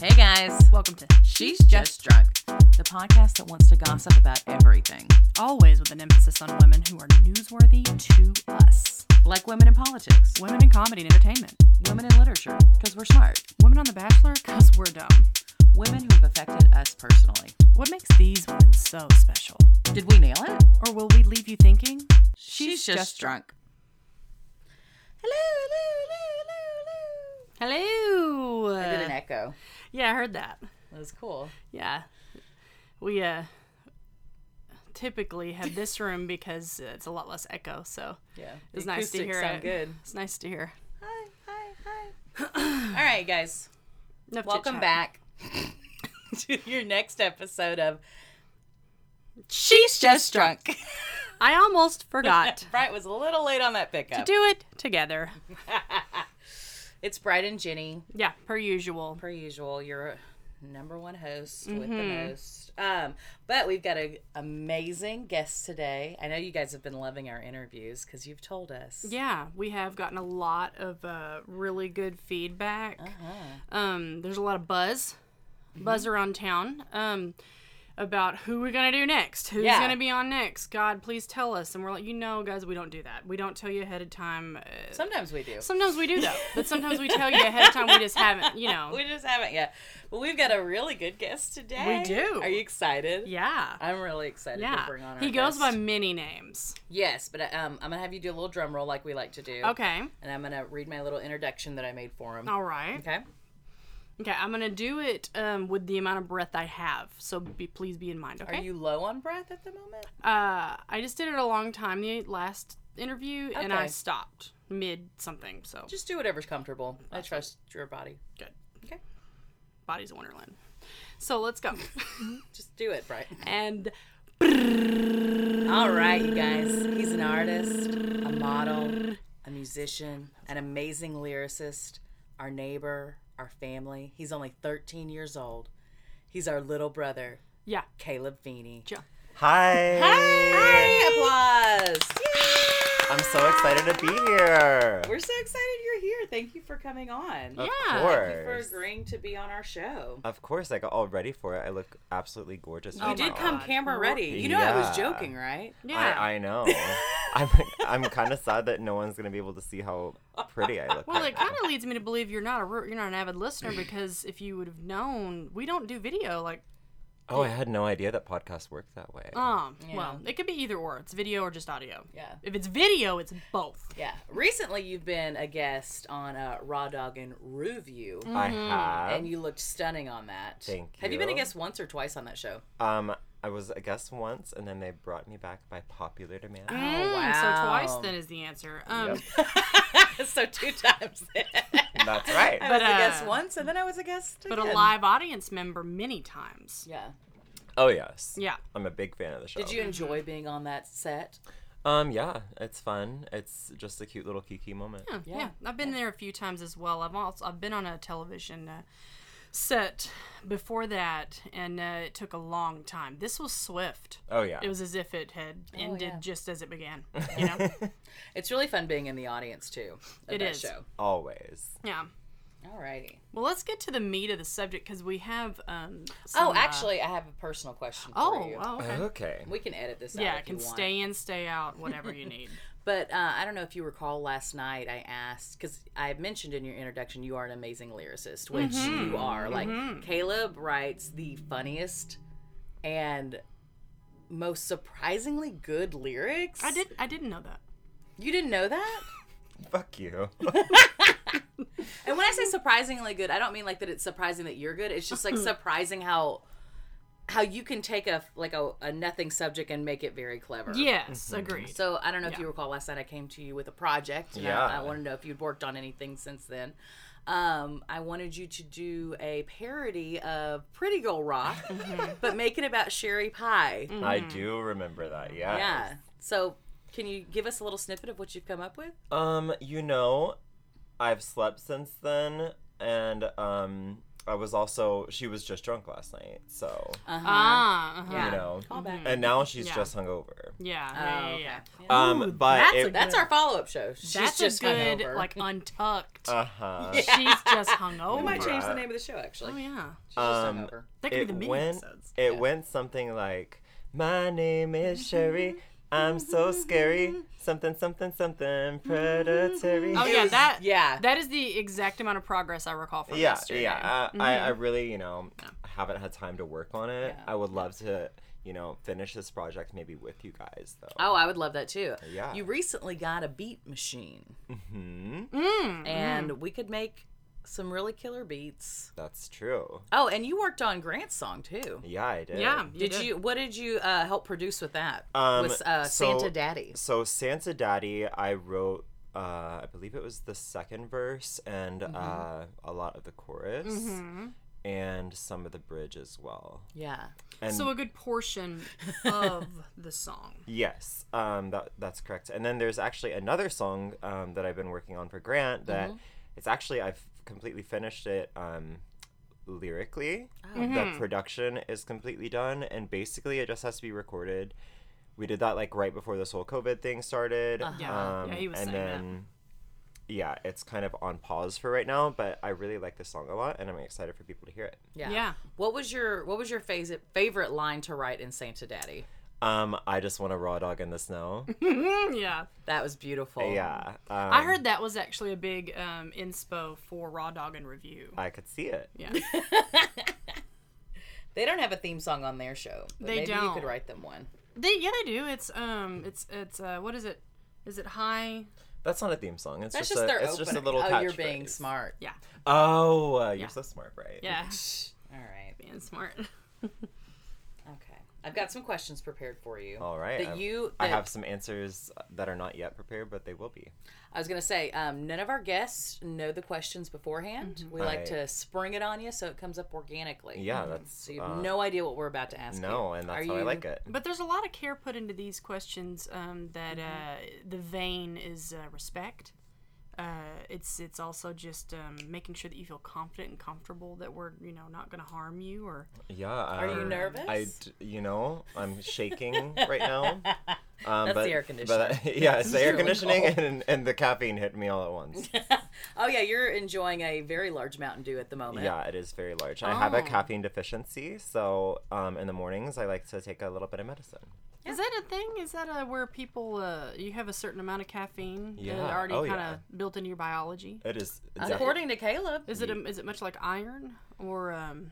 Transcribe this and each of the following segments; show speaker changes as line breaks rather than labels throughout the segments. Hey guys,
Welcome to
she's just drunk, the podcast that wants to gossip about everything,
Always with an emphasis on women who are newsworthy to us.
like women in politics,
Women in comedy and entertainment.
women in literature, because we're smart,
Women on The Bachelor, because we're dumb.
women who have affected us personally.
What makes these women so special?
Did we nail it?
Or will we leave you thinking?
She's, just, drunk.
Hello, hello, hello, hello. Hello.
echo.
yeah, I heard that.
Uh, That was cool.
Yeah. We uh typically have this room because uh, it's a lot less echo, so
Yeah,
it's nice to hear it.
good.
It's nice to hear.
Hi, hi, hi. All right, guys,
Enough
welcome
chit-chat.
back to your next episode of
She's
Just Drunk.
I almost forgot
Bright was a little late on that
to
pickup.
do it together.
It's Bright and Jenny.
Yeah, per usual.
per usual, your number one host with
Mm-hmm.
the most. Um, but we've got an amazing guest today. I know you guys have been loving our interviews because you've told us.
Yeah, we have gotten a lot of uh, really good feedback.
Uh-huh.
Um, there's a lot of buzz,
Mm-hmm.
buzz around town um, about who we're gonna do next, who's
Yeah.
gonna be on next. God, please tell us. And we're like, you know, guys, we don't do that. We don't tell you ahead of time. Uh,
Sometimes we do.
sometimes we do though, but sometimes we tell you ahead of time. We just haven't, you know.
We just haven't yet. But we've got a really good guest today.
We do.
Are you excited?
yeah,
I'm really excited
yeah.
to bring on our
He goes
guest.
by many names.
Yes, but um, I'm going to have you do a little drum roll like we like to do.
Okay, Oh.
And I'm going to read my little introduction that I made for him.
all right.
Okay?
Okay, I'm gonna do it um, with the amount of breath I have. So be, please be in mind. Okay.
Are you low on breath at the moment?
Uh, I just did it a long time the last interview, and I
Okay.
stopped mid something. So
Just do whatever's comfortable. I trust your body.
good.
Okay.
Body's a wonderland. So let's go.
Just do it, Bright.
and
All right, you guys. He's an artist, a model, a musician, an amazing lyricist, our neighbor, our family. He's only 13 years old. He's our little brother,
yeah,
Caleb Feeney.
Joe.
Hi.
Hi! Applause!
I'm so excited to be here.
We're so excited you're here. Thank you for coming on.
Yeah.
Of
Thank you for
course.
agreeing to be on our show.
Of course, I got all ready for it. I look absolutely gorgeous.
You
right
did
now.
come
God.
camera ready. You know I was
Yeah.
joking, right?
Yeah.
I, I know. I'm I'm kind of sad that no one's gonna be able to see how pretty I look.
well,
right
it kind of leads me to believe you're not a re- you're not an avid listener because if you would have known, we don't do video. Like,
now. Oh, I had no idea that podcasts work that way.
um, well, it could be either or. It's video or just audio.
Yeah.
If it's video, it's both.
Yeah. Recently, you've been a guest on uh, Raw Dog and Review.
I have.
Mm-hmm. and you looked stunning on that.
Mm-hmm. Thank
Have you been a
you.
guest once or twice on that show?
Um, I was a guest once, and then they brought me back by popular demand.
Ah.
Mm,
Oh, wow.
So twice then is the answer. Um,
Yep.
so two times.
That's right.
I was a
uh,
guest once, and then I was a guest.
but a
again.
live audience member many times.
Yeah.
Oh yes.
Yeah.
I'm a big fan of the show.
Did you
Mm-hmm.
enjoy being on that set?
Um, yeah, it's fun. It's just a cute little kiki moment.
Yeah, I've been there a few times as well. I've also I've been on a television uh, set before that, and uh, it took a long time. This was swift.
Oh yeah.
It was as if it had ended
Oh, yeah.
just as it began. You know,
It's really fun being in the audience too. Of
It
that
is.
show.
Always.
yeah.
Alrighty.
Well, let's get to the meat of the subject because we have. Um, some,
Oh,
uh,
actually, I have a personal question for
oh,
you.
oh,
Uh,
okay.
Okay.
We can edit this out.
yeah,
if
it can
you want.
stay in, stay out, whatever you need.
But uh, I don't know if you recall last night, I asked because I mentioned in your introduction you are an amazing lyricist, which
Mm-hmm.
you are. Like Caleb writes the funniest and most surprisingly good lyrics.
I did. I didn't know that.
You didn't know that?
Fuck you.
and when I say surprisingly good, I don't mean like that it's surprising that you're good. It's just like surprising how how you can take a like a, a nothing subject and make it very clever.
Yes, agreed.
So I don't know if
Yeah.
you recall last night I came to you with a project. And
Yeah.
I, I want to know if you'd worked on anything since then. Um, I wanted you to do a parody of Pretty Girl Rock,
Mm-hmm.
but make it about Sherry Pie.
Mm.
I do remember that. Yeah.
Yeah. So can you give us a little snippet of what you've come up with?
Um, you know, I've slept since then, and um, I was also she was just drunk last night, so
Uh-huh.
Ah, uh-huh.
Yeah.
you know.
Call back.
And now she's
Yeah.
just hungover.
yeah,
Mm-hmm. Oh,
yeah, yeah,
okay.
yeah.
um, but
that's
it,
a
That's our follow up show. She's
That's
just
a good,
hungover.
like untucked.
uh-huh.
She's just hungover.
we might change the
Right.
name of the show actually.
Oh yeah,
She's
Um,
just hungover.
that could be
it
the mini
went
episodes.
it went something like my name is sherry i'm so scary something something something predatory
Oh yeah, that
yeah.
that is the exact amount of progress I recall from
yeah
yesterday.
yeah
Mm-hmm.
I, I, I really you know haven't had time to work on it
Yeah.
i would love to you know finish this project maybe with you guys though
Oh, I would love that too.
Yeah.
You recently got a beat machine,
hmm
Mm.
and we could make some really killer beats.
that's true
Oh, and you worked on Grant's song too.
yeah i did
Yeah, you
Did you? What did you uh, help produce with that?
Um,
with uh,
so-
Santa Daddy.
So Santa Daddy, I wrote. Uh, I believe it was the second verse and
Mm-hmm.
uh, a lot of the chorus and some of the bridge as well.
Yeah.
And
So a good portion of the song.
yes, um, that, that's correct. And then there's actually another song um, that I've been working on for Grant that
Mm-hmm.
it's actually I've completely finished it um, lyrically.
Oh.
The production is completely done, and basically it just has to be recorded. We did that like right before this whole COVID thing started.
Uh-huh. Yeah.
um,
Yeah, he was
and
saying that.
then, Yeah, it's kind of on pause for right now, but I really like this song a lot, and I'm excited for people to hear it.
Yeah.
Yeah.
What was your What was your favorite favorite line to write in Santa Daddy?
Um, I just want a raw dog in the snow.
Mm, Yeah.
That was beautiful.
yeah, um,
I heard that was actually a big um, inspo for Raw Dog and Review.
I could see it.
Yeah.
They don't have a theme song on their show. But
They
maybe You
don't.
could write them one.
they yeah, they do. It's um it's it's uh what is it? Is it high?
That's not a theme song. It's
That's
just,
just,
a,
their
It's
opening.
just a little.
oh, you're being
catchphrase.
smart.
Yeah.
Oh, uh, you're so smart, right?
Yeah.
All right.
Being smart.
Okay. I've got some questions prepared for you.
All right.
That
I-
you.
I
that-
have some answers that are not yet prepared, but they will be.
I was gonna say, um, none of our guests know the questions beforehand. We like
Right.
to spring it on you so it comes up organically.
Yeah, that's
So you have
uh,
no idea what we're about to ask.
no,
you.
and that's
Are
how I
you-
like it.
But there's a lot of care put into these questions. Um, that
Mm-hmm.
uh, the vein is uh, respect. Uh, it's it's also just um, making sure that you feel confident and comfortable that we're you know not going to harm you or
Yeah. Are
you nervous?
I, d- you know, I'm shaking right now. Um, that's but,
the air
But, yeah, it's the air
really
conditioning
cold.
and, and the caffeine hit me all at once.
Oh yeah, you're enjoying a very large Mountain Dew at the moment.
yeah, it is very large. I have a
Oh.
caffeine deficiency, so um, in the mornings I like to take a little bit of medicine.
Is that a thing? Is that uh where people uh, you have a certain amount of caffeine that
Yeah.
already
Oh,
kind of
yeah.
built into your biology?
It is. definitely-
According to Caleb,
Is it a, is it much like iron or um,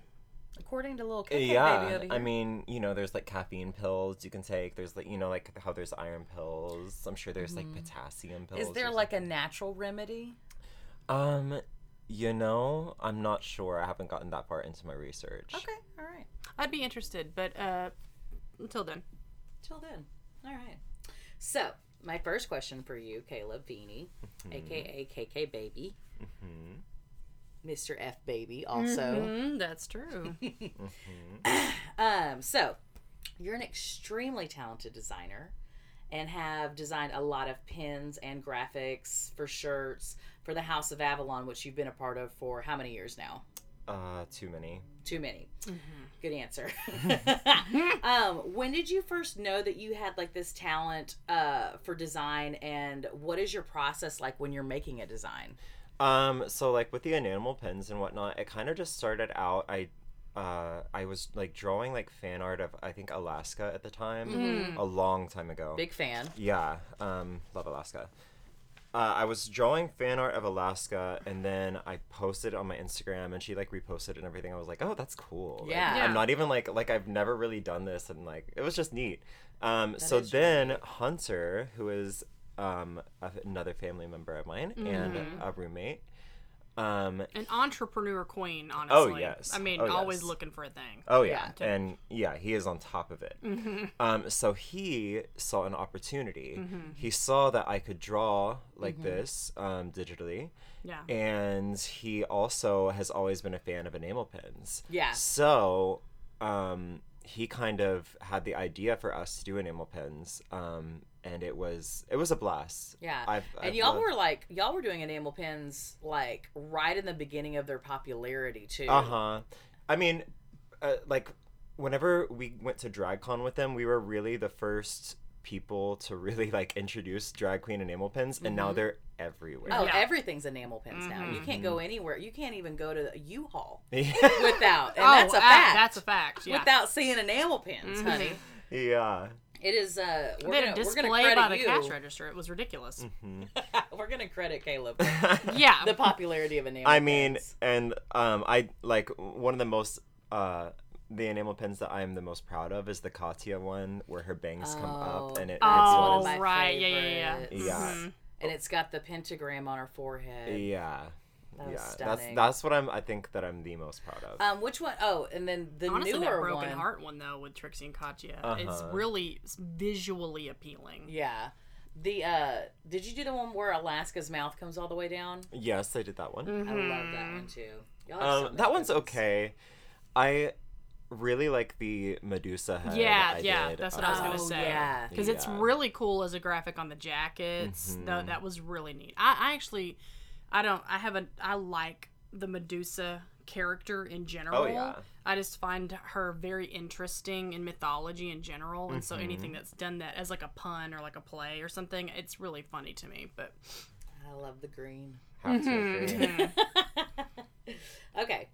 according to little Kit Kat baby
Yeah,
over here.
I mean, you know, there's like caffeine pills you can take. There's like, you know, like how there's iron pills. I'm sure there's like potassium pills.
Mm-hmm. is there
or
like a natural remedy?
something. um, you know, I'm not sure. I haven't gotten that part into my research.
Okay, all right.
I'd be interested, but uh, until then,
Till then, all right. So my first question for you, Caleb Feeney,
Mm-hmm.
aka KK Baby, Mr. F Baby, also.
Mm, that's true.
Um, so you're an extremely talented designer and have designed a lot of pins and graphics for shirts for the House of Avalon, which you've been a part of for how many years now?
Uh, too many.
Too many. Good answer. um, when did you first know that you had like this talent uh, for design, and what is your process like when you're making a design?
Um, so like with the enamel pins and whatnot, it kind of just started out. I, uh, I was like drawing like fan art of I think Alaska at the time,
Mm-hmm.
a long time ago.
Big fan.
Yeah, um, love Alaska. Uh, I was drawing fan art of Alaska, and then I posted it on my Instagram, and she like reposted it and everything. I was like, "Oh, that's cool." Like,
Yeah.
Yeah.
I'm not even like like I've never really done this, and like it was just neat. Um, so
is really
then Hunter, who is um, a- another family member of mine and
Mm-hmm.
a roommate, um,
An entrepreneur queen, honestly.
yes.
I mean,
Oh,
always
yes.
looking for a thing.
Oh yeah,
Yeah. Mm-hmm.
and yeah, he is on top of it. Um, so he saw an opportunity. He saw that I could draw like
Mm-hmm.
this um, digitally,
Yeah.
and he also has always been a fan of enamel pins.
Yeah.
So um, he kind of had the idea for us to do enamel pins. Um, and it was it was a blast.
Yeah.
I've,
and
I've
y'all
loved-
were like y'all were doing enamel pins like right in the beginning of their popularity too.
Uh
Uh-huh.
huh. I mean, uh, like whenever we went to DragCon with them, we were really the first people to really like introduce drag queen enamel pins, and
Mm-hmm.
now they're everywhere.
Oh,
Yeah. Mm-hmm.
everything's enamel pins now. You can't go anywhere. You can't even go to the U-Haul
yeah.
without, and
oh,
that's a
ah,
fact.
That's a fact. Yeah. Mm-hmm.
Without seeing enamel pins, honey.
yeah.
It is. Uh, we're
they
gonna, we're
had a
gonna
display
credit
by the
you.
cash register. It was ridiculous.
Mm-hmm.
we're gonna credit Caleb for
Yeah.
Mm. the popularity of enamel.
I mean,
pins.
and um, I like one of the most uh, the enamel pins that I am the most proud of is the Katya one, where her bangs come up
Oh.
and it. it's
one of
oh
just-
my
right. Yeah, yeah, yeah.
favorites.
Yeah.
Mhm.
and it's got the pentagram on her forehead.
yeah.
Oh That was
yeah,
stunning.
that's that's what I'm. I think that I'm the most proud of.
Um, which one oh and then the
Honestly, that
newer
broken
one.
heart one though with Trixie and Katya, it's
Uh-huh.
really s- visually appealing.
Yeah. The uh, did you do the one where Alaska's mouth comes all the way down?
yes, I did that one.
I love
Mm-hmm.
that one too. Y'all have so
Um,
many
that one's
good ones.
okay. I really like the Medusa head.
Yeah,
I
yeah,
did. uh,
that's what I was gonna
Oh,
say.
yeah.
because it's
Yeah.
really cool as a graphic on the jackets. Tho- That, was really neat. I, I actually, I don't, I haven't, I like the Medusa character in general.
yeah.
I just find her very interesting in mythology in general, and so anything that's done that as like a pun or like a play or something, it's really funny to me. But
I love the green.
Have to agree.
Okay.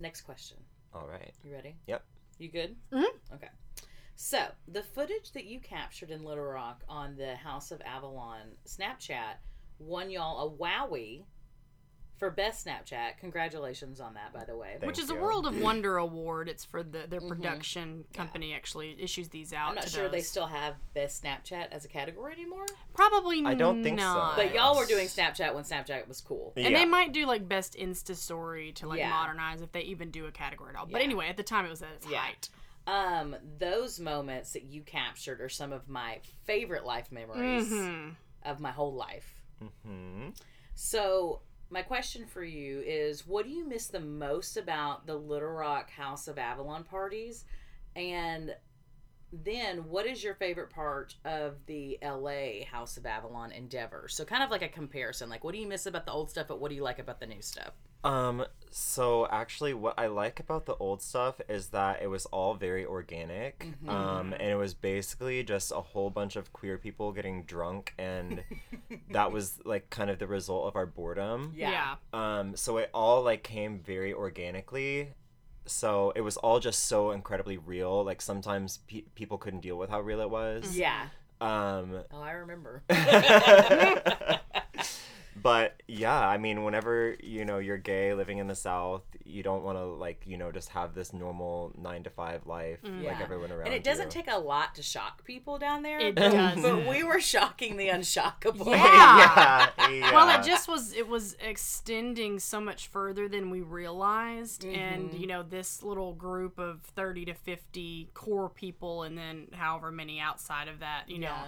Next question.
All right.
You ready?
Yep.
You good? Mm-hmm. Okay. So the footage that you captured in Little Rock on the House of Avalon Snapchat won y'all a wowie for best Snapchat. Congratulations on that, by the way.
Thank
which is a
you.
World of Wonder award. It's for the their production company actually issues these out.
Mm-hmm. I'm not
to
sure they
those.
still have best Snapchat as a category anymore,
probably.
I don't think so.
not.
but y'all were
Yes.
doing Snapchat when Snapchat was cool.
And
yeah.
they might do like best Insta story to like
Yeah.
modernize if they even do a category at all. But anyway, at the time it was at its
Yeah.
height.
Um, those moments that you captured are some of my favorite life memories
Mm-hmm.
of my whole life.
Hmm.
So, my question for you is what do you miss the most about the Little Rock House of Avalon parties? And then, what is your favorite part of the LA House of Avalon endeavor? So, kind of like a comparison like, what do you miss about the old stuff, but what do you like about the new stuff?
Um. So actually, what I like about the old stuff is that it was all very organic. Um,
Mm-hmm.
and it was basically just a whole bunch of queer people getting drunk, and that was like kind of the result of our boredom.
Yeah.
Yeah.
um so it all like came very organically so it was all just so incredibly real like sometimes pe- people couldn't deal with how real it was
Yeah.
um
Oh, I remember.
Oh,
but yeah i mean whenever you know you're gay living in the south you don't want to like you know just have this normal 9 to 5 life like
Yeah.
everyone around
And it doesn't
you.
take a lot to shock people down there.
It
but-
does.
But we were shocking the unshockable.
Yeah.
yeah, yeah.
Well, it just was it was extending so much further than we realized and
Mm-hmm.
you know this little group of 30 to 50 core people and then however many outside of that, you know.
Yeah.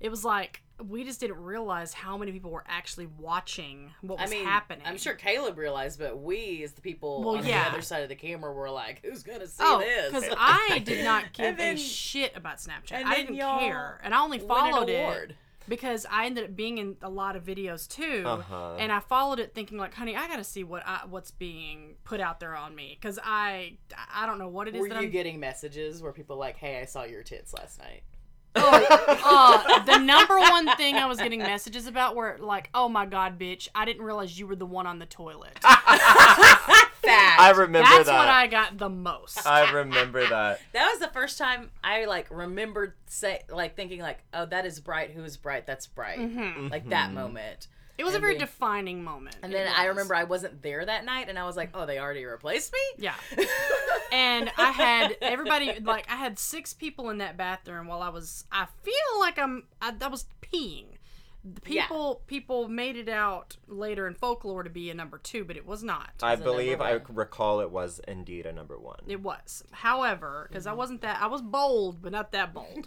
It was like we just didn't realize how many people were actually watching what
I
was
mean,
happening.
I'm sure Caleb realized, but we, as the people
Well,
on
yeah.
the other side of the camera, were like, "Who's gonna see
Oh, because
this?"
I did not give
then-
a shit about Snapchat.
and
I
then
didn't
y'all
care, and I only
Win an
followed it
award.
because I ended up being in a lot of videos too,
Uh-huh.
and I followed it thinking like, "Honey, I gotta see what I, what's being put out there on me," because I I don't know what it is
Were
that
you
I'm
getting messages where people like, "Hey, I saw your tits last night."
Oh, uh, the number one thing I was getting messages about were like, "Oh my god, bitch! I didn't realize you were the one on the toilet."
Fact.
i remember
That's
that
what I got the most.
I remember that
that was the first time I like remembered say like thinking like, "Oh, that is bright. Who is bright? That's bright." Like that moment.
It was a very
then-
defining moment.
Mm-hmm. And
It
then I
was.
remember I wasn't there that night, and I was like, "Oh, they already replaced me."
Yeah. and I had everybody like I had six people in that bathroom while I was I feel like I'm I, I was peeing. The
Yeah.
people people made it out later in folklore to be a number 2, but it was not.
i
number
believe i
one.
recall it was indeed a number one
Mm-hmm.
it was. However, cuz I wasn't that I was bold, but not that bold.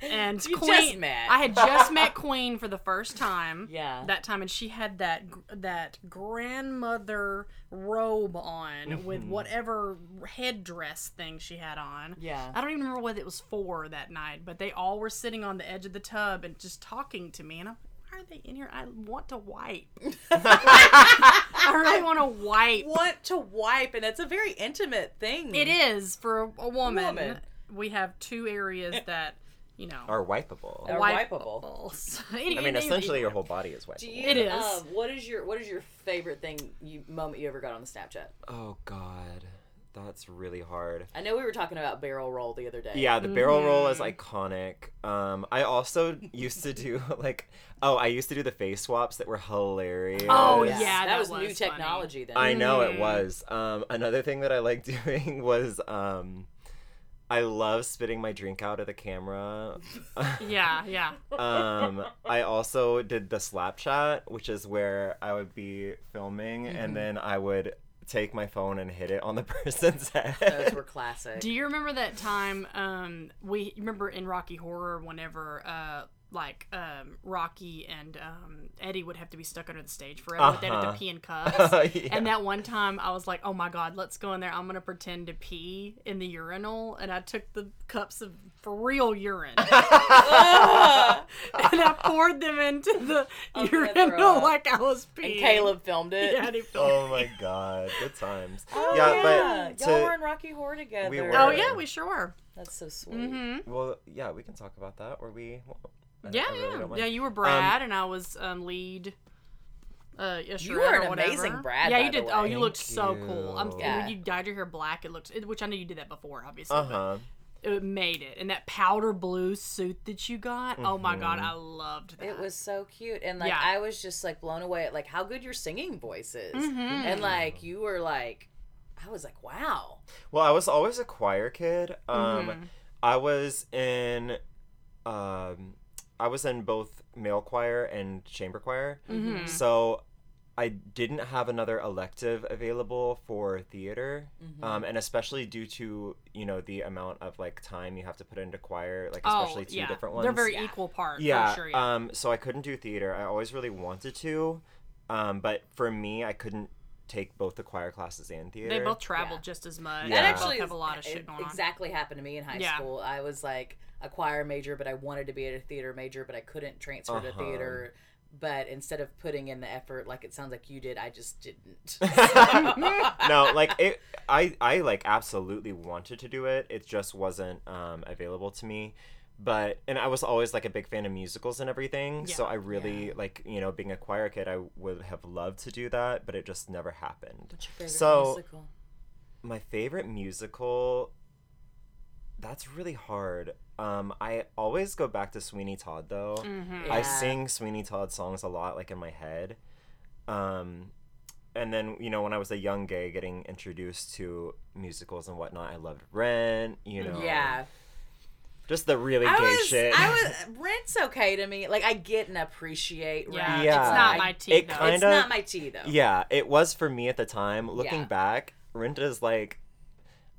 and
You
Queen.
just met.
I had just met Queen for the first time.
Yeah.
that time, and she had that gr- that grandmother robe on
Mm-hmm.
with whatever headdress thing she had on.
Yeah.
I don't even remember what it was for that night, but they all were sitting on the edge of the tub and just talking to me, and I'm. like, Why are they in here? I want to wipe. I really want to wipe.
want to wipe, and that's a very intimate thing.
It is for a, a woman.
Woman.
We have two areas that you know
Are wipeable.
Are wipeable.
wipeables.
I mean, essentially your whole body is
Do
wipeable.
you,
It is.
uh, what is your What is your favorite thing you moment you ever got on the Snapchat?
Oh God, that's really hard.
I know we were talking about barrel roll the other day.
Yeah, the barrel roll is iconic. Um, I also used to do like, oh, I used to do the face swaps that were hilarious.
Oh,
Yes.
yeah, that
was, new
was funny.
technology then.
I know it was. Um, another thing that I liked doing was um, I love spitting my drink out at the camera.
Yeah, yeah.
um, I also did the slap shot, which is where I would be filming
Mm-hmm.
and then I would take my phone and hit it on the person's
Those
head.
were classic.
Do you remember that time? Um, we you remember in Rocky Horror whenever uh. Like um, Rocky and um, Eddie would have to be stuck under the stage forever. They had to
Uh-huh.
pee in cups.
Yeah.
And that one time, I was like, "Oh my god, let's go in there. I'm gonna pretend to pee in the urinal." And I took the cups of for real urine. and I poured them into the
I'm gonna Oh, throw
urinal
up.
like I was peeing.
and Caleb filmed it.
Yeah, and he-
Oh my god, good times.
Oh,
yeah,
yeah.
but
y'all
to-
were in Rocky Horror together.
We were.
oh yeah, Mm-hmm. we sure were.
That's so sweet.
well, yeah, we can talk about that. Or we, well, I don't-
Yeah,
I really
yeah,
don't mind.
yeah. You were
Um,
Brad, and I was um, lead. Uh, usher
were
or
an
whatever.
amazing Brad,
Yeah,
by
you
the
did. Oh,
way.
you looked
Thank
so cool. I'm,
you.
Yeah.
When you dyed your hair black, it looked. it- Which I know you did that before, obviously. but-
Uh-huh.
it made it and that powder blue suit that you got oh my god
Mm-hmm.
i loved that
It was so cute, and like
Yeah.
I was just like blown away at like how good your singing voice is,
Mm-hmm.
and like you were like, I was like, wow.
Well, I was always a choir kid. Um,
Mm-hmm.
I was in, um, I was in both male choir and chamber choir.
Mm-hmm.
So I didn't have another elective available for theater, um, and especially due to you know the amount of like time you have to put into choir, like
oh
especially two
yeah
different ones.
they're very equal part
yeah,
for sure yeah
Um, so I couldn't do theater. I always really wanted to, um, but for me, I couldn't take both the choir classes and theater.
they both traveled
Yeah.
just as much
That
they
actually
both have a lot of
it
shit going on
exactly happened to me in high
Yeah.
school. I was like a choir major, but I wanted to be a theater major, but I couldn't transfer to
Uh-huh.
theater. But instead of putting in the effort, like it sounds like you did, I just didn't. So-
no, like it, I, I like absolutely wanted to do it. It just wasn't um, available to me. But and I was always like a big fan of musicals and everything. So
Yeah.
I really like you know being a choir kid. I would have loved to do that, but it just never happened.
What's your favorite
So-
musical?
My favorite musical. That's really hard. Um, I always go back to Sweeney Todd though.
Mm.
I
Mm-hmm.
Yeah.
sing Sweeney Todd songs a lot, like in my head. Um, and then you know, when I was a young gay, getting introduced to musicals and whatnot, I loved Rent. You know,
Yeah,
just the really
I
gay
was.
shit.
I was. uh, Rent's okay to me. Like I get and appreciate.
yeah,
Rent.
Yeah.
it's not my tea
It
though
kind-
It's
Kinda-
not my tea though.
yeah, it was for me at the time. Looking
Yeah.
back, Rent is like,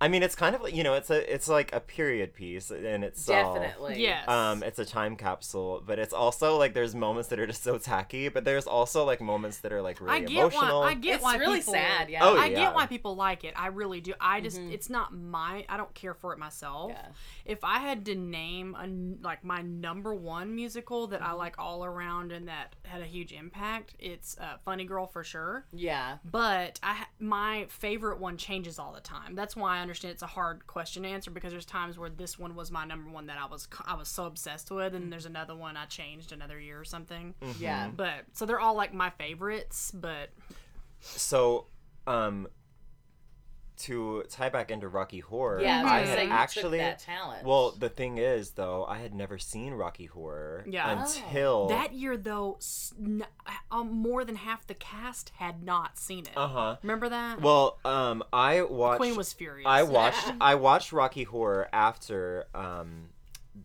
I mean, it's kind of like you know, it's a it's like a period piece in itself.
Definitely.
yes
Um, it's a time capsule, but it's also like there's moments that are just so tacky, but there's also like moments that are like really
i get
emotional.
why i get
It's
why
really
people,
sad, yeah. Mm-hmm.
Oh,
i
yeah.
get why people like it i really do i just it's not my i don't care for it myself
Yeah.
if i had to name a n like my number one musical that i
Mm-hmm.
like all around and that had a huge impact it's uh, funny girl for sure
Yeah.
but I ha- my favorite one changes all the time. That's why I understand it's a hard question to answer because there's times where this one was my number one that I was co- I was so obsessed with, and there's another one I changed another year or something.
Mm-hmm.
Yeah.
But so they're all like my favorites. But
So, um, to tie back into Rocky Horror,
Yeah, I was
I
gonna
had
say, you took
actually
that talent.
Well, the thing is, though, I had never seen Rocky Horror
Yeah. Oh.
until
that year though, s- n- um, more than half the cast had not seen it.
Uh huh.
Remember that?
Well, um, I watched.
Queen was furious.
I watched. I watched Rocky Horror after um,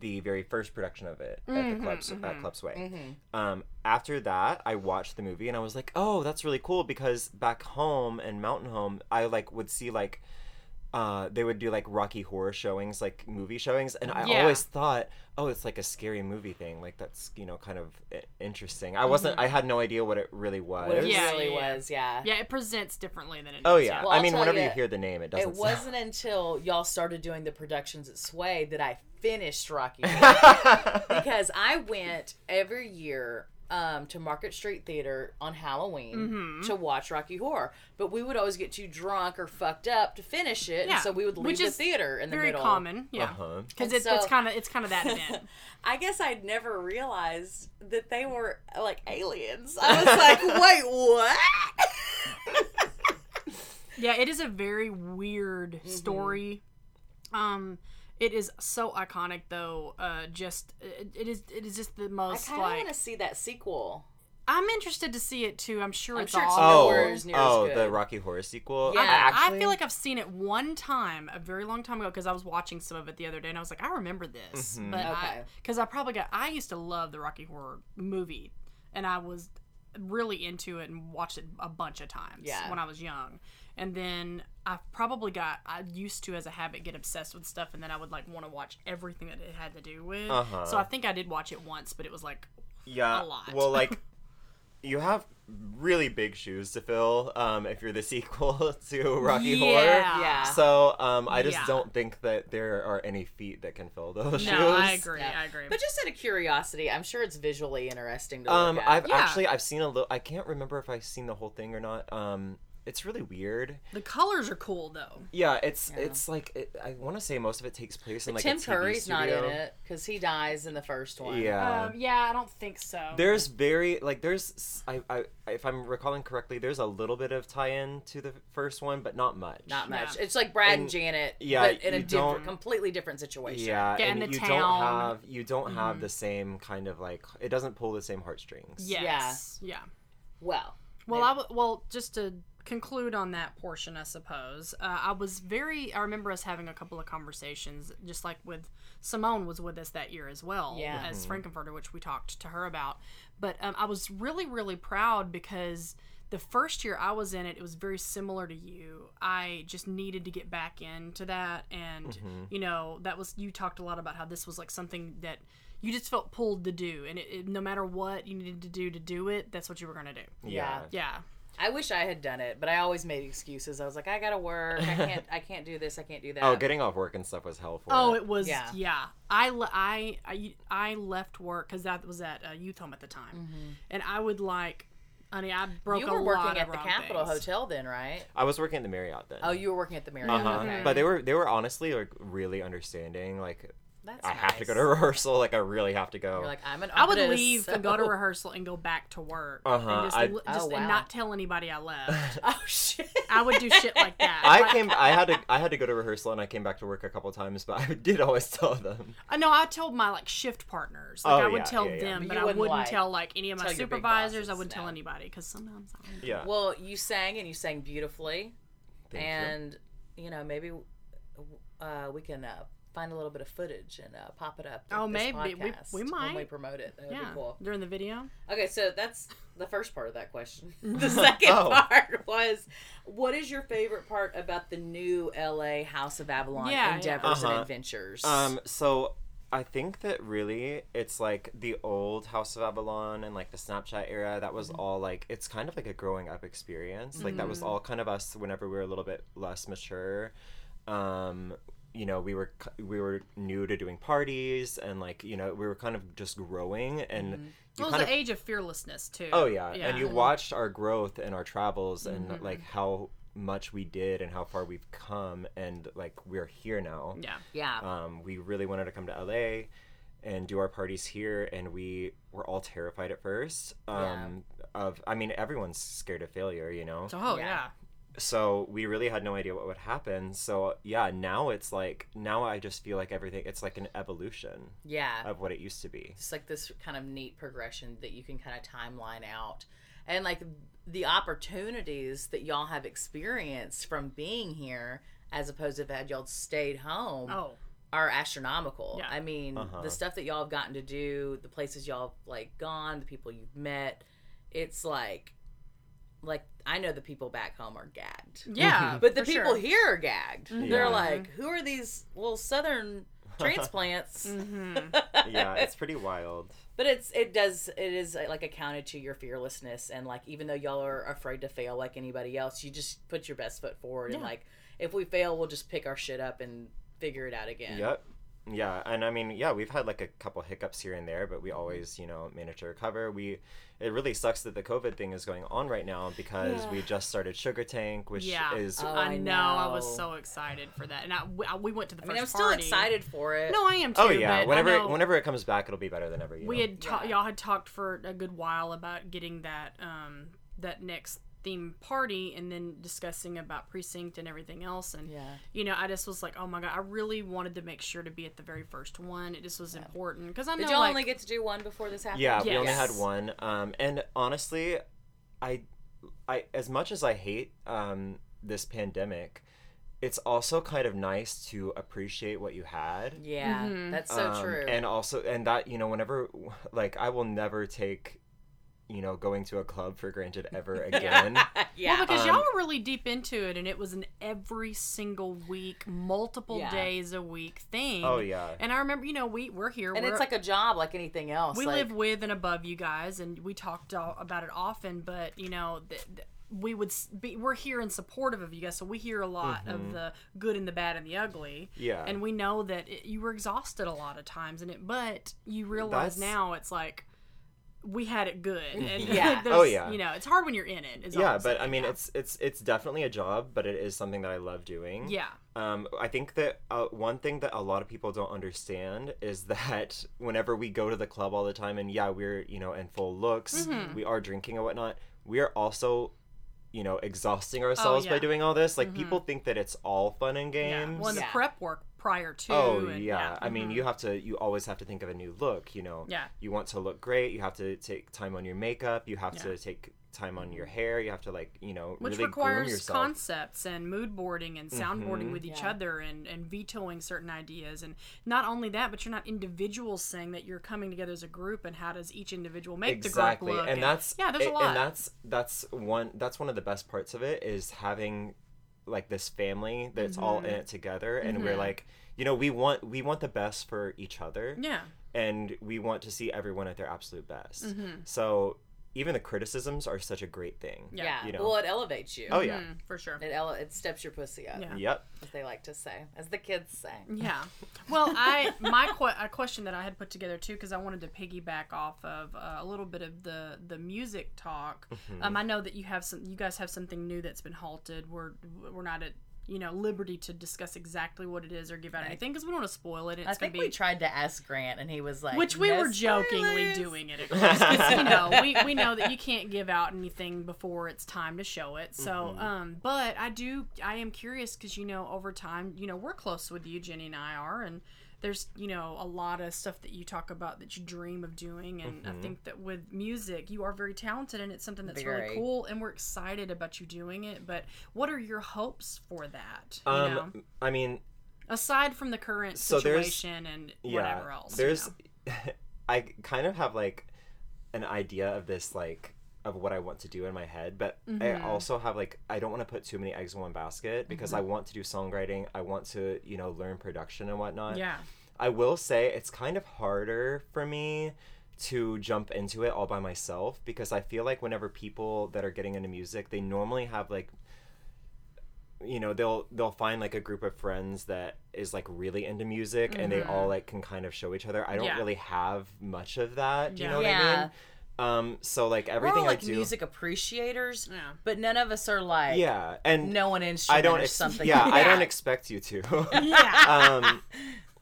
the very first production of it at
Mm-hmm,
the clubs at Club Sway. Um, after that, I watched the movie and I was like, "Oh, that's really cool." Because back home in Mountain Home, I like would see like uh, they would do like Rocky Horror showings, like movie showings, and I
Yeah.
always thought, oh, it's like a scary movie thing. Like that's you know kind of i- interesting. I wasn't. I had no idea what it really was.
Mm-hmm. What it
Yeah,
really
yeah, yeah.
was, yeah.
Yeah, it presents differently than it
Oh
does,
yeah.
Well,
I
I'll
mean,
tell
whenever
you,
you, hear the name, it doesn't.
It
sound-
wasn't until y'all started doing the productions at Sway that I finished Rocky because I went every year um, to Market Street Theater on Halloween
Mm-hmm.
to watch Rocky Horror, but we would always get too drunk or fucked up to finish it,
Yeah,
and so we would leave
which
the
is
theater in the
Very
middle.
common, yeah.
Uh-huh.
Because
And
it's it's
so-
kind of it's kind of that event.
I guess I'd never realized that they were like aliens. I was like, wait, what?
Yeah, it is a very weird
Mm-hmm.
story. Um, it is so iconic though. Uh, just it, it is it is just the
I
most
kind of
like
want to see that sequel.
I'm interested to see it too. I'm sure
I'm
it's
sure it's
all.
Oh,
nowhere as near as
oh, the
good.
Rocky Horror sequel.
Yeah.
I,
I,
actually,
I feel like I've seen it one time a very long time ago because I was watching some of it the other day and I was like, I remember this,
Mm-hmm.
but
Okay.
because I, probably got I used to love the Rocky Horror movie and I was really into it and watched it a bunch of times
Yeah.
when I was young, and then I probably got I used to as a habit get obsessed with stuff and then I would like want to watch everything that it had to do with.
Uh-huh.
So I think I did watch it once, but it was like
yeah.
a lot.
Well, like you have really big shoes to fill um, if you're the sequel to Rocky Horror.
yeah,
Yeah.
So um, I just
Yeah.
don't think that there are any feet that can fill those shoes.
No, I agree.
Yeah.
I agree.
But just out of curiosity, I'm sure it's visually interesting to
Um,
look at.
I've
Yeah.
actually I've seen a little. I can't remember if I've seen the whole thing or not. Um, it's really weird.
the colors are cool though.
Yeah, it's it's like it, I want to say most of it takes place in like a
Tim
TV
Curry's not in
studio.
it because he dies in the first one.
Yeah.
Um, yeah, I don't think so.
there's very like there's s- I, I if I'm recalling correctly, there's a little bit of tie-in to the first one, but not much.
Not much.
Yeah.
It's like Brad and,
And-
Janet,
yeah,
but in a
you
different,
don't-
completely different situation.
Yeah,
Yeah,
and
and the
you don't
town.
have you don't have
Mm-hmm.
the same kind of like it doesn't pull the same heartstrings.
Yes. Yeah.
Well,
Well, I w- well, just to conclude on that portion, I suppose uh, I was very. I remember us having a couple of conversations, just like with Simone was with us that year as well
Yeah.
as Frankenfurter, which we talked to her about. But um, I was really, really proud because the first year I was in it, it was very similar to you. I just needed to get back into that, and you know, that was you talked a lot about how this was like something that. You just felt pulled to do, and it, it, no matter what you needed to do to do it, that's what you were gonna do.
Yeah.
Yeah.
I wish I had done it, but I always made excuses. I was like, I gotta work. I can't. I can't do this. I can't do that.
Oh, getting off work and stuff was hell for
Oh,
it.
it was yeah.
Yeah.
I le- I I I left work because that was at a youth home at the time, and I would like, honey, I broke.
Mm-hmm. you
a
were
lot
working
of
at the
wrong
Capitol
things.
Hotel then, right?
I was working at the Marriott then.
Oh, you were working at the Marriott.
Uh-huh.
Okay.
Mm-hmm.
But they were they were honestly like really understanding. Like
That's
I have to go to
nice.
rehearsal. Like I really have to go.
You're like, I'm an.
I would
artist,
leave and go to
so-
rehearsal and go back to work,
Uh-huh,
and just,
I-
li-
Oh,
just and
wow.
not tell anybody I left.
Oh shit.
I would do shit like that.
I
Like,
came. I had to. I had to go to rehearsal, and I came back to work a couple times. But I did always tell them.
I know I told my like shift partners. Like
Oh,
I would
yeah,
tell
yeah, yeah.
them,
But
but
you
I
wouldn't,
wouldn't
like,
tell like any of my
tell your big
supervisors. I
bosses,
wouldn't tell
no.
anybody because sometimes I'm
Yeah.
Well, you sang and you sang beautifully,
Thank you.
and you. know maybe uh, we can uh, find a little bit of footage and uh, pop it up.
Oh,
this
maybe. We-
podcast
we
when we
might.
promote it. That would
yeah
be cool.
during the video.
Okay, so that's the first part of that question. The second
Oh.
part was, what is your favorite part about the new LA House of Avalon
Yeah, yeah.
endeavors
Uh-huh.
and adventures?
Um, so I think that really it's like the old House of Avalon and like the Snapchat era, that was all like it's kind of like a growing up experience. Like that was all kind of us whenever we were a little bit less mature. Um you know, we were c- we were new to doing parties and like, you know, we were kind of just growing and you
Well, it
kind
was
of
the age of fearlessness too.
Oh yeah. and you watched our growth and our travels and like how much we did and how far we've come and like we're here now
yeah.
yeah.
um, we really wanted to come to LA and do our parties here, and we were all terrified at first. Um, Of, I mean, everyone's scared of failure, you know.
Oh
Yeah.
yeah.
So we really had no idea what would happen. So yeah, now it's like now I just feel like everything. It's like an evolution
yeah.
of what it used to be.
it's like this kind of neat progression that you can kind of timeline out and like the opportunities that y'all have experienced from being here as opposed to if had y'all stayed home
Oh.
are astronomical
Yeah.
i mean
Uh-huh.
the stuff that y'all have gotten to do the places y'all have like gone the people you've met it's like like I know the people back home are gagged.
Mm-hmm.
Mm-hmm.
Yeah,
But the
for sure. Mm-hmm.
people here are gagged.
Yeah.
They're like, who are these little southern transplants?
Mm-hmm,
yeah, it's pretty wild.
But it's it does it is uh, like accounted to your fearlessness and like even though y'all are afraid to fail like anybody else, you just put your best foot forward and like if we fail, we'll just pick our shit up and figure it out again.
Yep. Yeah, and I mean, yeah, we've had like a couple hiccups here and there, but we always, you know, manage to recover. We, it really sucks that the COVID thing is going on right now because we just started Sugar Tank, which
Yeah. Uh,
is
Oh,
I
I
know. I was
know.
so excited for that, and I, we- I- we went to the
I
first.
mean, I'm still
party.
excited for it.
No, I am too.
oh yeah.
but I
Whenever
know-
whenever it comes back, it'll be better than ever. You
we
know?
had ta-
Yeah.
y'all had talked for a good while about getting that um that next theme party and then discussing about precinct and everything else and
Yeah.
you know i just was like oh my god i really wanted to make sure to be at the very first one it just was important because i know
Did y'all
like,
only get to do one before this happened?
Yeah, we only
Yes.
had one. Um, and honestly, I, I as much as I hate um, this pandemic, it's also kind of nice to appreciate what you had.
Yeah, that's so
Um,
true.
And also, and that you know, whenever like I will never take, you know, going to a club for granted ever again.
yeah.
well, because
Um,
y'all were really deep into it, and it was an every single week, multiple
Yeah.
days a week thing.
Oh, yeah.
And I remember, you know, we we're here,
and
we're,
it's like a job like anything else.
we
like,
live with and above you guys and we talked all about it often but you know th- th- we would s- be we're here and supportive of you guys so we hear a lot of the good and the bad and the ugly
Mm-hmm. Yeah.
and we know that it, you were exhausted a lot of times and it but you realize
That's-
now it's like we had it good and
Yeah.
there's-
Oh, yeah.
you know it's hard when you're in it is all
yeah,
I'm
but
saying.
I mean, it's it's it's definitely a job, but it is something that I love doing.
yeah
Um, I think that uh, one thing that a lot of people don't understand is that whenever we go to the club all the time, and yeah, we're you know in full looks,
Mm-hmm.
we are drinking and whatnot. We are also, you know, exhausting ourselves
Oh,
by
yeah. Mm-hmm.
doing all this. Like people think that it's all fun and
yeah
games.
well and the
Yeah.
prep work prior to
Oh
and, mm-hmm.
yeah. I mean, you have to. You always have to think of a new look. You know.
Yeah.
You want to look great. You have to take time on your makeup. You have
Yeah.
to take time on your hair. You have to like you know
which
really groom
requires
yourself. Mm-hmm.
concepts and mood boarding and soundboarding with each
Yeah.
other and, and vetoing certain ideas and not only that but you're not individuals saying that you're coming together as a group and how does each individual make
exactly,
the group look
and, that's
yeah there's a
a-
lot
And that's that's one that's one of the best parts of it is having like this family that's all in
Mm-hmm.
it together, and we're like you know we want we want the best for each other.
yeah
and we want to see everyone at their absolute best.
Mm-hmm.
So even the criticisms are such a great thing.
yeah.
you know.
Well, it elevates you.
Oh yeah.
Mm, for sure
It, ele- it steps your pussy up,
Yeah.
Yep.
as they like to say, as the kids say.
yeah well i my que- a question that i had put together too because i wanted to piggyback off of uh, a little bit of the the music talk
Mm-hmm.
um i know that you have some you guys have something new that's been halted we're we're not at you know liberty to discuss exactly what it is or give out anything because we don't want to spoil it it's
I
gonna
think
be
we tried to ask Grant, and he was like,
which we
"No
were jokingly
spoilers."
doing it, of course, 'cause, you know, we, we know that you can't give out anything before it's time to show it. So,
Mm-hmm.
um, but I do, I am curious because you know, over time, you know, we're close with you, Jenny and I are, and there's you know a lot of stuff that you talk about that you dream of doing, and
Mm-hmm.
I think that with music, you are very talented, and it's something that's really
Very.
cool, and we're excited about you doing it. But what are your hopes for that? You
Um,
know,
I mean,
aside from the current
so there's-
situation and
yeah.
whatever else, you
there's,
know?
I kind of have like an idea of this like of what I want to do in my head, but
Mm-hmm.
I also have like I don't want to put too many eggs in one basket because
Mm-hmm.
I want to do songwriting. I want to you know learn production and whatnot.
yeah.
I will say it's kind of harder for me to jump into it all by myself because I feel like whenever people that are getting into music, they normally have like you know, they'll they'll find like a group of friends that is like really into music and they
Mm-hmm.
all like can kind of show each other. I don't
Yeah.
really have much of that. Do you
Yeah.
know what
Yeah.
I mean? Um so like
We're
everything
all like
I do
music appreciators,
Yeah.
but none of us are like
Yeah. And
no one instrument
I don't
or
ex-
something.
yeah,
like
I
that.
don't expect you to.
Yeah.
um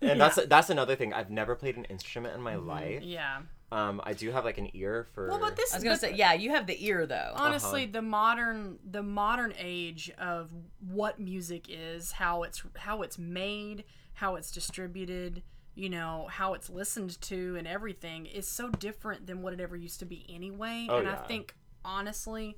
and that's that's another thing. I've never played an instrument in my
Mm-hmm.
life.
Yeah.
Um, I do have like an ear for.
Well, but this
I was
is
gonna say, yeah, you have the ear though.
honestly the modern the modern age of what music is, how it's how it's made, how it's distributed, you know, how it's listened to, and everything is so different than what it ever used to be anyway.
Oh,
and I
yeah.
think honestly.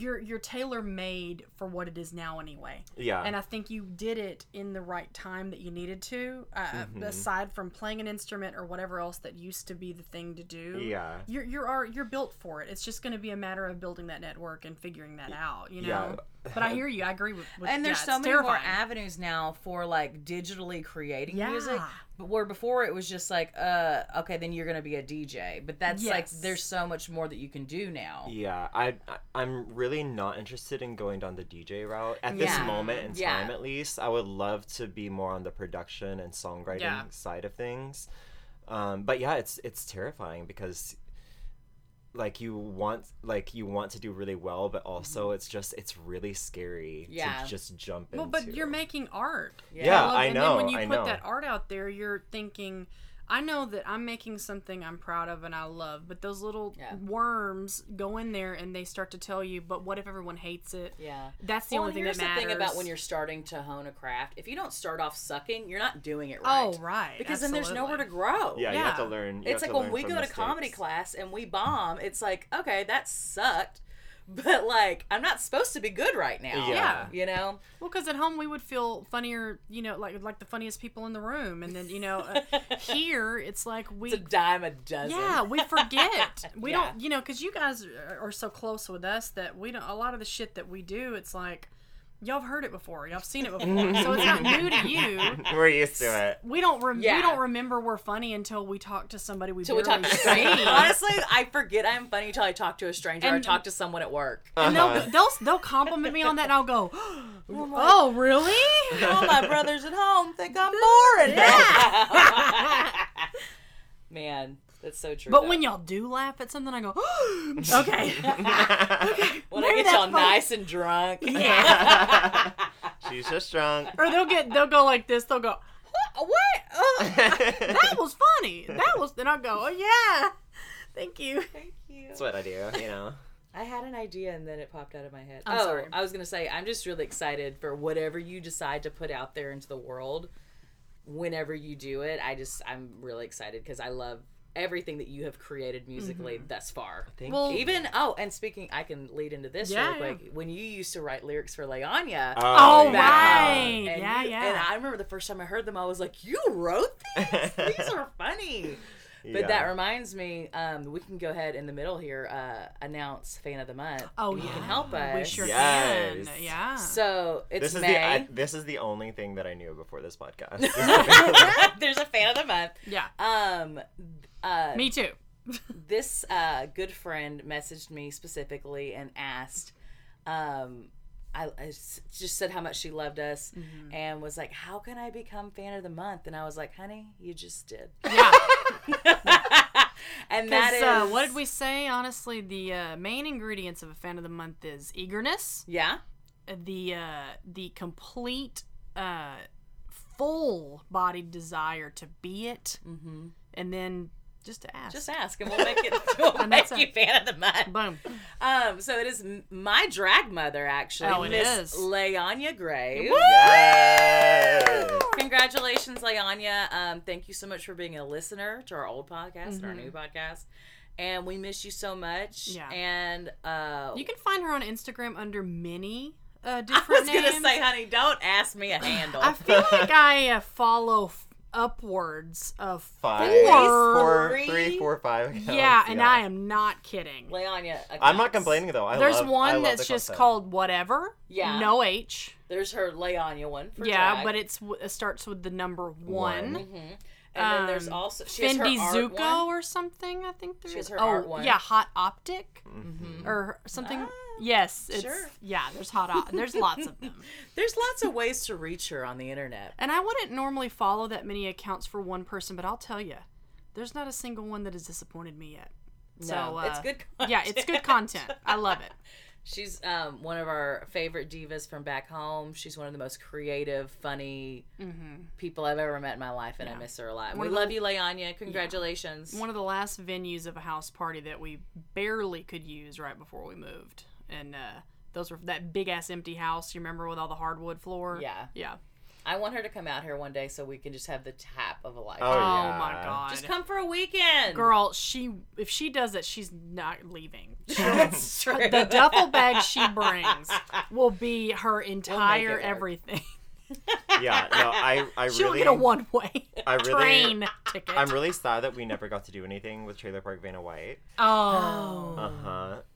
you're you're tailor made for what it is now anyway.
Yeah.
And I think you did it in the right time that you needed to. Uh,
Mm-hmm.
Aside from playing an instrument or whatever else that used to be the thing to do,
Yeah.
you're you're are, you're built for it. It's just going to be a matter of building that network and figuring that out. You know.
Yeah.
But I hear you. I agree with. with
and there's
yeah,
so
it's
many
terrifying.
more avenues now for like digitally creating music
Yeah.
but where before it was just like uh okay then you're gonna be a dj but that's like
Yes.
there's so much more that you can do now
Yeah, I I- I'm really not interested in going down the DJ route at this
Yeah.
moment in
Yeah.
time. At least I would love to be more on the production and songwriting
Yeah.
side of things. Um, but yeah, it's it's terrifying because like you want like you want to do really well, but also it's just it's really scary
Yeah.
to just jump
Mm-hmm. Well,
into.
but you're making art.
Yeah.
Yeah,
Well,
I
and
know.
then when you
I
put
know.
that art out there, you're thinking, I know that I'm making something I'm proud of and I love, but those little
Yeah.
worms go in there and they start to tell you, but what if everyone hates it?
Yeah.
That's the
Well,
only thing
here's
that matters.
the thing about when you're starting to hone a craft. If you don't start off sucking, you're not doing it right.
Oh, right.
Because then there's nowhere to
absolutely.
grow.
yeah, you have to
yeah.
learn. you
It's
have
like
to
when
learn
we
from
go to comedy
mistakes.
class and we bomb, it's like, okay, that sucked, but like, I'm not supposed to be good right now.
Yeah.
You know?
Well, because at home we would feel funnier, you know, like like the funniest people in the room, and then you know, uh, here it's like we
It's a dime a dozen.
Yeah, we forget. We
Yeah.
don't, you know, because you guys are, are so close with us that we don't. A lot of the shit that we do, it's like y'all have heard it before, y'all have seen it before, so it's not new to you.
We're used to it.
We don't rem-
Yeah.
we don't remember we're funny until we talk to somebody we
Till we talk
barely
to a
see.
stranger. Honestly, I forget I'm funny till I talk to a stranger or
And-
talk to someone at work.
And
Uh-huh.
they'll, they'll they'll compliment me on that, and I'll go, "Oh, really?
All my brothers at home think I'm boring. Yeah. Man, that's so true.
But
though.
when y'all do laugh at something, I go, "Okay,
when
maybe
I get
that's
y'all
funny.
nice and drunk,
She's just drunk.
or they'll get they'll go like this. They'll go, "What?
Oh,
Uh, that was funny. That was." Then I'll go, "Oh yeah, thank you."
Thank you.
That's what I do, you know.
I had an idea and then it popped out of my head.
I'm
oh,
sorry.
I was gonna say I'm just really excited for whatever you decide to put out there into the world. Whenever you do it, I just I'm really excited because I love everything that you have created musically
Mm-hmm.
thus far.
Thank
Well-
you.
Even oh, and speaking, I can lead into this
Yeah,
really quick. When you used to write lyrics for Leonia,
Uh,
Oh,
yeah.
right.
and
Yeah,
you-
yeah.
And I remember the first time I heard them, I was like, "You wrote these? these are funny." But
Yeah.
that reminds me, um, we can go ahead in the middle here uh, announce fan of the month.
Oh,
you can
yeah.
help us.
We sure
Yes.
can. Yeah.
So it's
This is
May.
the I, this is the only thing that I knew before this podcast.
There's a fan of the month.
yeah.
Um, uh,
Me too.
this uh, good friend messaged me specifically and asked, um, I, I s- just said how much she loved us
Mm-hmm.
and was like, "How can I become fan of the month?" And I was like, "Honey, you just did."
Yeah.
and that is
uh, what did we say? Honestly, the uh, main ingredients of a fan of the month is eagerness,
Yeah.
the uh, the complete, uh, full-bodied desire to be it, mm-hmm. and then just to ask.
Just ask, and we'll make it. We'll
And
make
that's
you
it.
fan of the month.
Boom.
Um, so it is m- my drag mother, actually.
Oh, it
Miss
is.
Leonia Gray.
Yes.
Congratulations, Leonia. Um, thank you so much for being a listener to our old podcast and our new podcast. And we miss you so much.
Mm-hmm. Yeah.
And uh,
You can find her on Instagram under many uh,
I
different
was going to
names.
say, honey, don't ask me a handle.
I feel like I uh, follow f- upwards of
Five,
four.
four,
Three.
three, four, five accounts,
Yeah, and I am not kidding.
Leonia.
I'm
accounts.
not complaining though. I
There's
love- I
one
love
that's
the
just
concept.
called whatever.
Yeah.
No H.
There's her Leonia one. For
yeah,
drag.
but it's w- it starts with the number one.
One.
And then there's
um,
also. She has her
Fendi
art
Zuko
one.
or something. I think there's.
has her
oh
art one. Ah,
yeah, Hot Optic or something. yes, it's
sure.
yeah. There's hot. Op- there's lots of them.
There's lots of ways to reach her on the internet.
And I wouldn't normally follow that many accounts for one person, but I'll tell you, there's not a single one that has disappointed me yet. So
No,
uh,
it's good
Yeah, it's good content. I love it.
She's um, one of our favorite divas from back home. She's one of the most creative, funny people I've ever met in my life, and I miss her a lot. we
Mm-hmm. of the-
love you, Leonia. Congratulations.
One of the last venues of a house party that we barely could use right before we moved, and uh, those were that big ass empty house. You remember with all the hardwood floor?
Yeah.
yeah.
I want her to come out here one day so we can just have the tap of a
Oh,
Oh
lifetime.
my
yeah.
god.
Just come for a weekend,
Girl, she if she does that, she's not leaving.
That's true.
the duffel bag she brings will be her entire
work.
everything.
yeah, no, I, I really,
She'll get a one way
I really,
train ticket.
I'm really sad that we never got to do anything with Trailer Park Vanna White.
oh.
Uh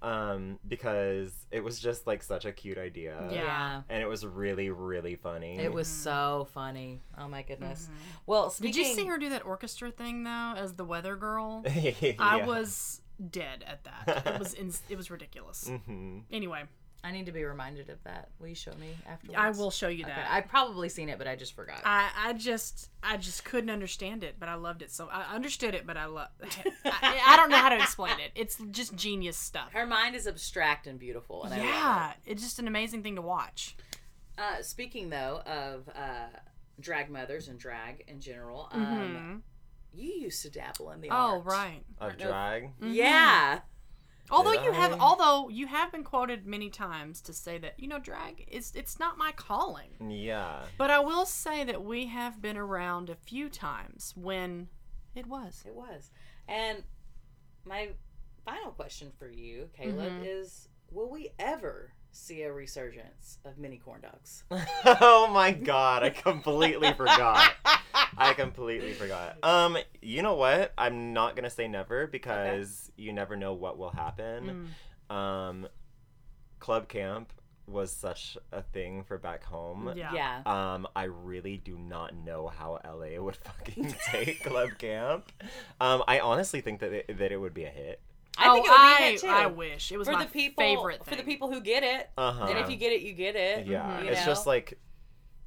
huh. Um, because it was just like such a cute idea.
Yeah.
Yeah.
And it was really, really funny.
It was so funny. Oh my goodness. Well,
Mm-hmm. Did
speaking,
you see her do that orchestra thing though, as the weather girl? I
Yeah.
was dead at that. It was ins it was ridiculous.
Mhm.
Anyway,
I need to be reminded of that. Will you show me afterwards?
I will show you
Okay.
that.
I've probably seen it, but I just forgot.
I, I just I just couldn't understand it, but I loved it so. I understood it, but I love. I, I don't know how to explain it. It's just genius stuff.
her mind is abstract and beautiful, and I love it.
yeah, it's just an amazing thing to watch.
Uh, speaking though of uh, drag mothers and drag in general, um, you used to dabble in the
Mm-hmm. Oh
art.
right. Mm-hmm.
Of drag.
Yeah.
Although
Did
you have,
I?
although you have been quoted many times to say that you know drag is it's not my calling.
Yeah.
But I will say that we have been around a few times when it was.
It was. And my final question for you, Caleb,
Mm-hmm.
is will we ever see a resurgence of mini corn dogs?
oh my god, I completely forgot. I completely forgot. Um, you know what? I'm not gonna say never because you never know what will
Mm,
happen. Um, club camp was such a thing for back home.
Yeah.
Yeah.
Um, I really do not know how LA would fucking take club camp. Um, I honestly think that it, that it would be a hit.
I think it would
I,
be hit too.
Oh, I wish it was
for
my
the people
favorite
for
thing.
the people who get it.
Uh huh.
Uh-huh. And if you get it, you get it. mhm,
Yeah,
you
it's
know?
just like,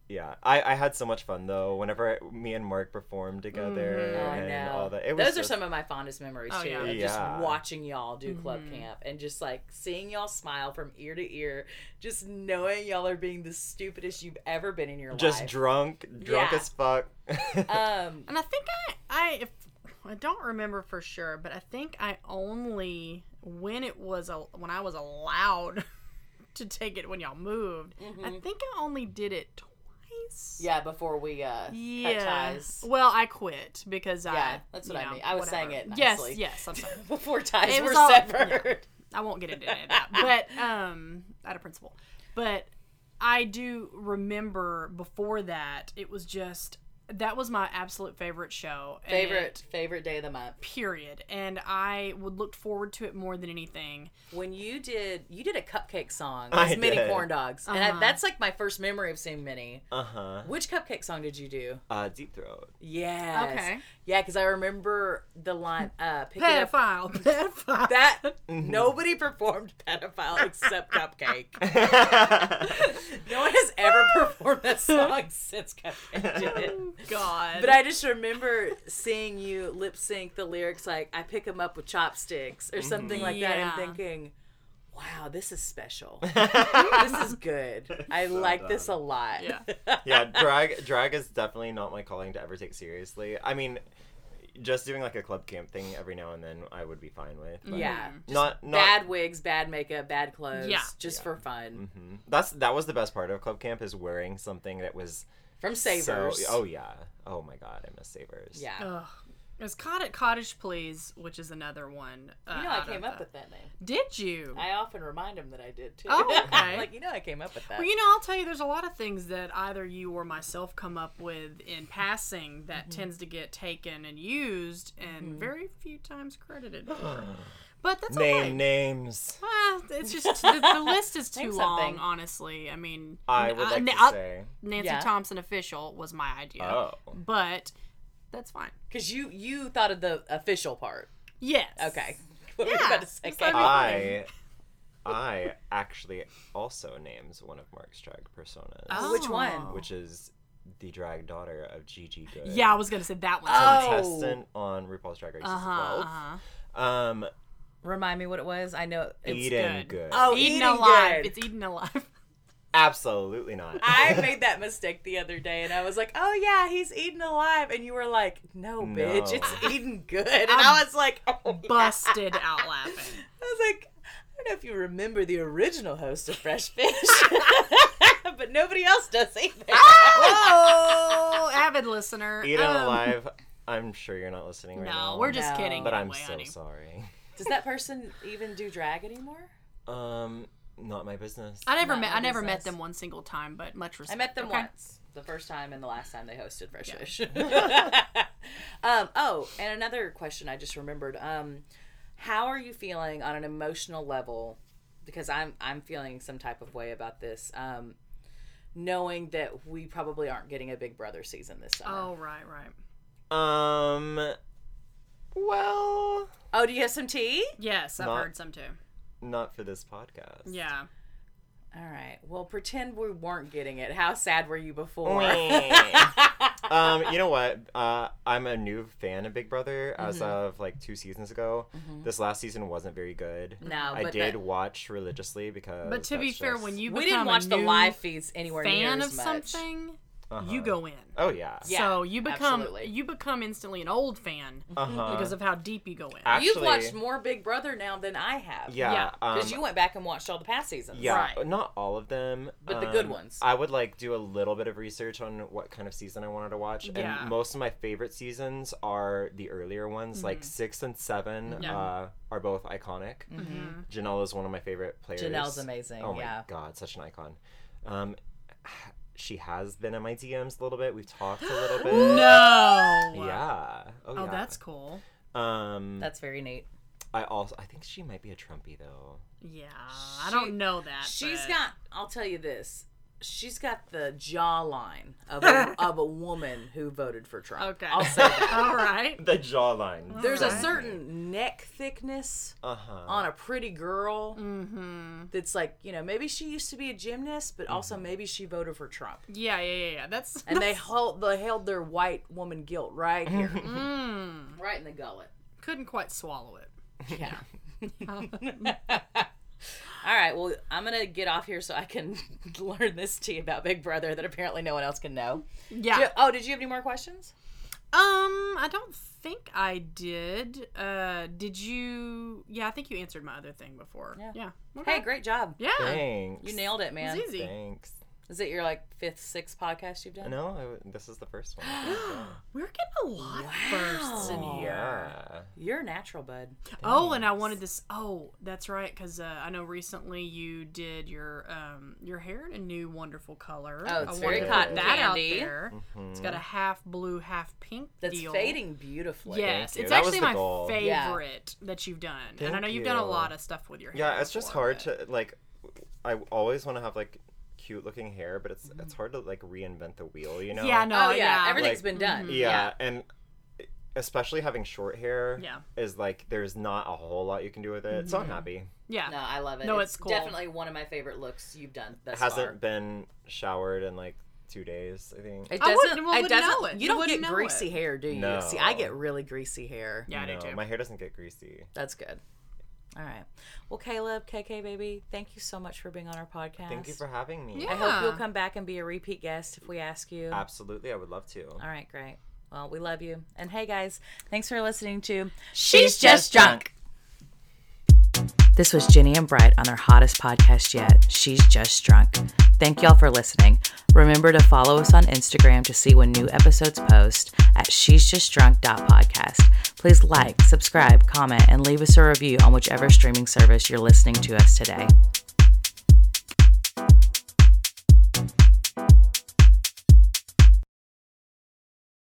yeah. I, I had so much fun though. Whenever me and Mark performed together
Oh, I
and
know.
all that, it was
Those
just,
are some of my fondest memories
Oh,
too.
yeah.
Of just
Yeah.
watching y'all do club camp and just like seeing y'all smile from ear to ear, just knowing y'all are being the stupidest you've ever been in your
just
life.
drunk, drunk
Yeah.
as fuck.
um,
and I think I, I, if I don't remember for sure, but I think I only when it was a, when I was allowed to take it when y'all moved.
Mm-hmm.
I think I only did it twice.
yeah, before we uh cut ties.
Well, I quit because I.
Yeah, that's what
you
I
know,
mean. I was saying
whatever.
it nicely.
Yes, yes. I'm sorry.
Before ties
It
were
was all-
severed.
I won't get into any of that. But um, out of principle. But I do remember before that, it was just that was my absolute favorite show. and-
Favorite favorite day of the month.
period. And I would look forward to it more than anything.
When you did you did a cupcake song
I
as mini
did.
corn dogs. And I, that's like my first memory of seeing Minnie.
uh huh.
Which cupcake song did you do?
Uh, deep throat.
Yes.
Okay.
Yeah, because I remember the line uh picking up
Pedophile, pedophile.
that nobody performed pedophile except Cupcake. no one has ever performed that song since Cupcake did it.
God.
But I just remember seeing you lip sync the lyrics like I pick 'em up with chopsticks or something like that
Yeah.
and thinking, wow, this is special. this is good. I like this a lot.
Yeah.
yeah, drag drag is definitely not my calling to ever take seriously. I mean, just doing like a club camp thing every now and then, I would be fine with. but
Yeah.
Not not.
Bad wigs, bad makeup, bad clothes,
Yeah.
just for fun.
Mhm. That's that was the best part of club camp is wearing something that was
From Savers.
So, oh yeah. Oh my god, I miss Savers.
yeah.
Ugh. It was caught at Cottage Please, which is another one. uh,
you know, I came up with that name.
Did you?
I often remind him that I did too.
Oh, okay.
like you know, I came up with that.
well, you know, I'll tell you, there's a lot of things that either you or myself come up with in passing that tends to get taken and used, and very few times credited. for. but that's
Name
okay.
names.
Ah, it's just the, the list is too
Name
long,
something.
honestly. I mean,
I
n-
would
uh,
like
n-
to
uh,
say.
Nancy
Yeah.
Thompson official was my idea.
Oh.
But that's fine.
because you you thought of the official part.
Yes.
Okay, what were
Yeah,
you about to say?
it's like-
Uh,
Kate?
I I actually also names one of Mark's drag personas,
Oh.
Which one?
which is the drag daughter of Gigi Good.
Yeah, I was gonna say that one.
Oh.
Contestant on RuPaul's Drag Race
Uh huh.
12. Um,
Remind me what it was. I know. It's,
Eden
good.
good.
oh,
Eden
eating
alive.
good.
It's Eden alive.
Absolutely not.
I made that mistake the other day, and I was like, "Oh yeah, he's eaten alive," and you were like, "No,
No.
bitch, it's eaten good," and
Um,
I was like, oh, yeah.
Busted out laughing.
I was like, I don't know if you remember the original host of Fresh Fish. but nobody else does either.
Oh, avid listener.
Eat 'em
Um,
alive. I'm sure you're not listening right now.
No, we're just
No.
kidding.
But I'm
anyway,
so
honey.
sorry.
Does that person even do drag anymore?
Um, not my business.
I never
Not
met.
my
I never met
business.
them one single time, but much respect.
I met them
okay?
once. The first time and the last time they hosted Fresh Fish. um, oh, and another question I just remembered. Um, how are you feeling on an emotional level? Because I'm I'm feeling some type of way about this. Um, knowing that we probably aren't getting a Big Brother season this summer.
Oh right, right.
Um, well,
Oh, do you have some tea?
Yes, I've
Not-
heard some too.
not for this podcast.
Yeah.
All right. Well, pretend we weren't getting it. How sad were you before?
um, you know what? Uh, I'm a new fan of Big Brother as
Mm-hmm.
of like two seasons ago. This last season wasn't very good.
No,
I
but
did
that-
watch religiously because.
But to be
that's
fair,
just-
when you
we
become
didn't
a
watch the
new
live feeds anywhere
fan
near
of
as much.
something,
Uh-huh.
you go in.
Oh yeah.
Yeah,
so you become
absolutely.
you become instantly an old fan
Uh-huh.
because of how deep you go in.
Actually,
You've watched more Big Brother now than I have.
Yeah.
Yeah,
Because
um,
you went back and watched all the past seasons.
Yeah,
Right.
not all of them, um,
But the good ones.
I would like do a little bit of research on what kind of season I wanted to watch,
Yeah.
and most of my favorite seasons are the earlier ones,
Mm-hmm.
like six and seven.
Yeah.
Uh, are both iconic.
Mhm.
Janelle is one of my favorite players.
Janelle's amazing.
Oh my
yeah.
god, such an icon. Um, she has been in my DMs a little bit. We've talked a little bit.
No.
Yeah. Oh,
Oh,
yeah.
that's cool.
um.
That's very neat.
I also I think she might be a Trumpy though.
Yeah, I don't know that.
She's
but-
got, I'll tell you this, she's got the jawline of a, of a woman who voted for Trump.
Okay.
I'll say that.
All right.
The jawline.
There's a
Alright.
certain neck thickness
Uh huh.
Ah.
on a pretty girl
Mm-hmm.
that's like, you know, maybe she used to be a gymnast, but also
Mm-hmm.
maybe she voted for Trump.
Yeah, yeah, yeah, yeah. That's
And they hold, they held their white woman guilt right here,
mm,
right in the gullet.
couldn't quite swallow it.
Yeah. All right. Well, I'm gonna get off here so I can learn this tea about Big Brother that apparently no one else can know.
Yeah.
Di- Oh, did you have any more questions?
Um, I don't think I did. Uh, did you? Yeah, I think you answered my other thing before.
Yeah.
Yeah.
Hey, great job.
Yeah.
Thanks.
You nailed it, man.
It was easy.
Thanks.
Is it your like fifth, sixth podcast you've done?
No, I w this is the first one. I think, yeah.
We're getting a lot firsts in
Wow.
here.
yeah.
You're a natural, bud.
Oh, and I wanted this. Oh, that's right, because uh, I know recently you did your um your hair in a new wonderful color.
Oh, it's
I
very
wanted to
cotton
put that
candy.
out there. It's got a half blue, half pink
That's
deal.
fading beautifully.
Yes,
Mm-hmm. Thank you.
it's
That was
actually
the
my
goal.
Yeah.
favorite that you've done, and I
Thank
know you've done a
you.
lot of stuff with your hair.
Yeah, it's just
before,
hard
but-
to like. I always want to have like cute looking hair, but it's it's hard to like reinvent the wheel, you know?
Mm. Yeah, no,
Oh yeah,
yeah. mm-hmm.
everything's
Like-
been done.
Yeah, and especially having short hair.
Yeah. Mm-hmm.
Is like there's not a whole lot you can do with it, so I'm happy.
Yeah.
No, I love it.
No, it's cool.
definitely one of my favorite looks you've done thus
It hasn't
far.
been showered in like two days, I think.
It
I wouldn't-
doesn't.
well,
it
wouldn't
doesn't.
know it.
You,
You
don't
wouldn't
get
know
greasy
it.
hair, do you?
No.
See, I get really greasy hair.
Yeah, I do
No,
too.
My hair doesn't get greasy.
That's good. All right. Well, Caleb, KK baby, thank you so much for being on our podcast.
Thank you for having me.
Yeah.
I hope you'll come back and be a repeat guest if we ask you.
Absolutely, I would love to.
All right, great. Well, we love you. And hey guys, thanks for listening to
She's just drunk.
This was Jenny and Bright on their hottest podcast yet, She's Just Drunk. Thank y'all for listening. Remember to follow us on Instagram to see when new episodes post at she's just drunk.podcast. Please like, subscribe, comment, and leave us a review on whichever streaming service you're listening to us today.